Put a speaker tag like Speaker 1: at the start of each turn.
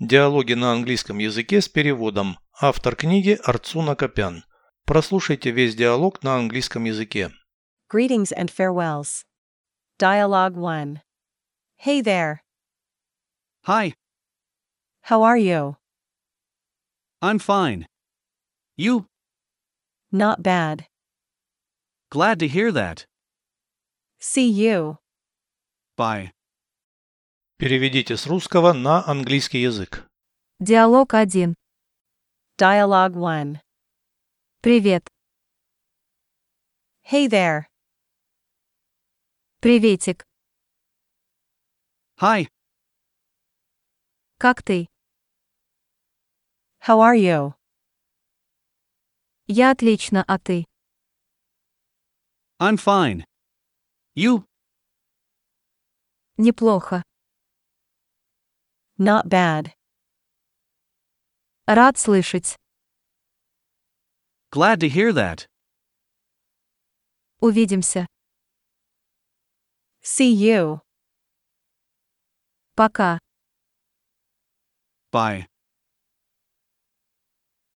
Speaker 1: Диалоги на английском языке с переводом. Автор книги Арцуна Копян. Прослушайте весь диалог на английском языке.
Speaker 2: Greetings and farewells. Dialogue 1. Hey there,
Speaker 3: Hi,
Speaker 2: how are you?
Speaker 3: I'm fine. You?
Speaker 2: Not bad.
Speaker 3: Glad to hear that.
Speaker 2: See you.
Speaker 3: Bye.
Speaker 1: Переведите с русского на английский язык.
Speaker 4: Диалог 1.
Speaker 2: Dialogue 1.
Speaker 4: Привет.
Speaker 2: Hey there,
Speaker 4: Приветик.
Speaker 3: Hi,
Speaker 4: Как ты?
Speaker 2: how are you?
Speaker 4: Я отлично, а ты?
Speaker 3: I'm fine. You?
Speaker 4: Неплохо.
Speaker 2: Not bad.
Speaker 4: Рад слышать.
Speaker 3: Glad to hear that.
Speaker 4: Увидимся.
Speaker 2: See you.
Speaker 4: Пока.
Speaker 3: Bye.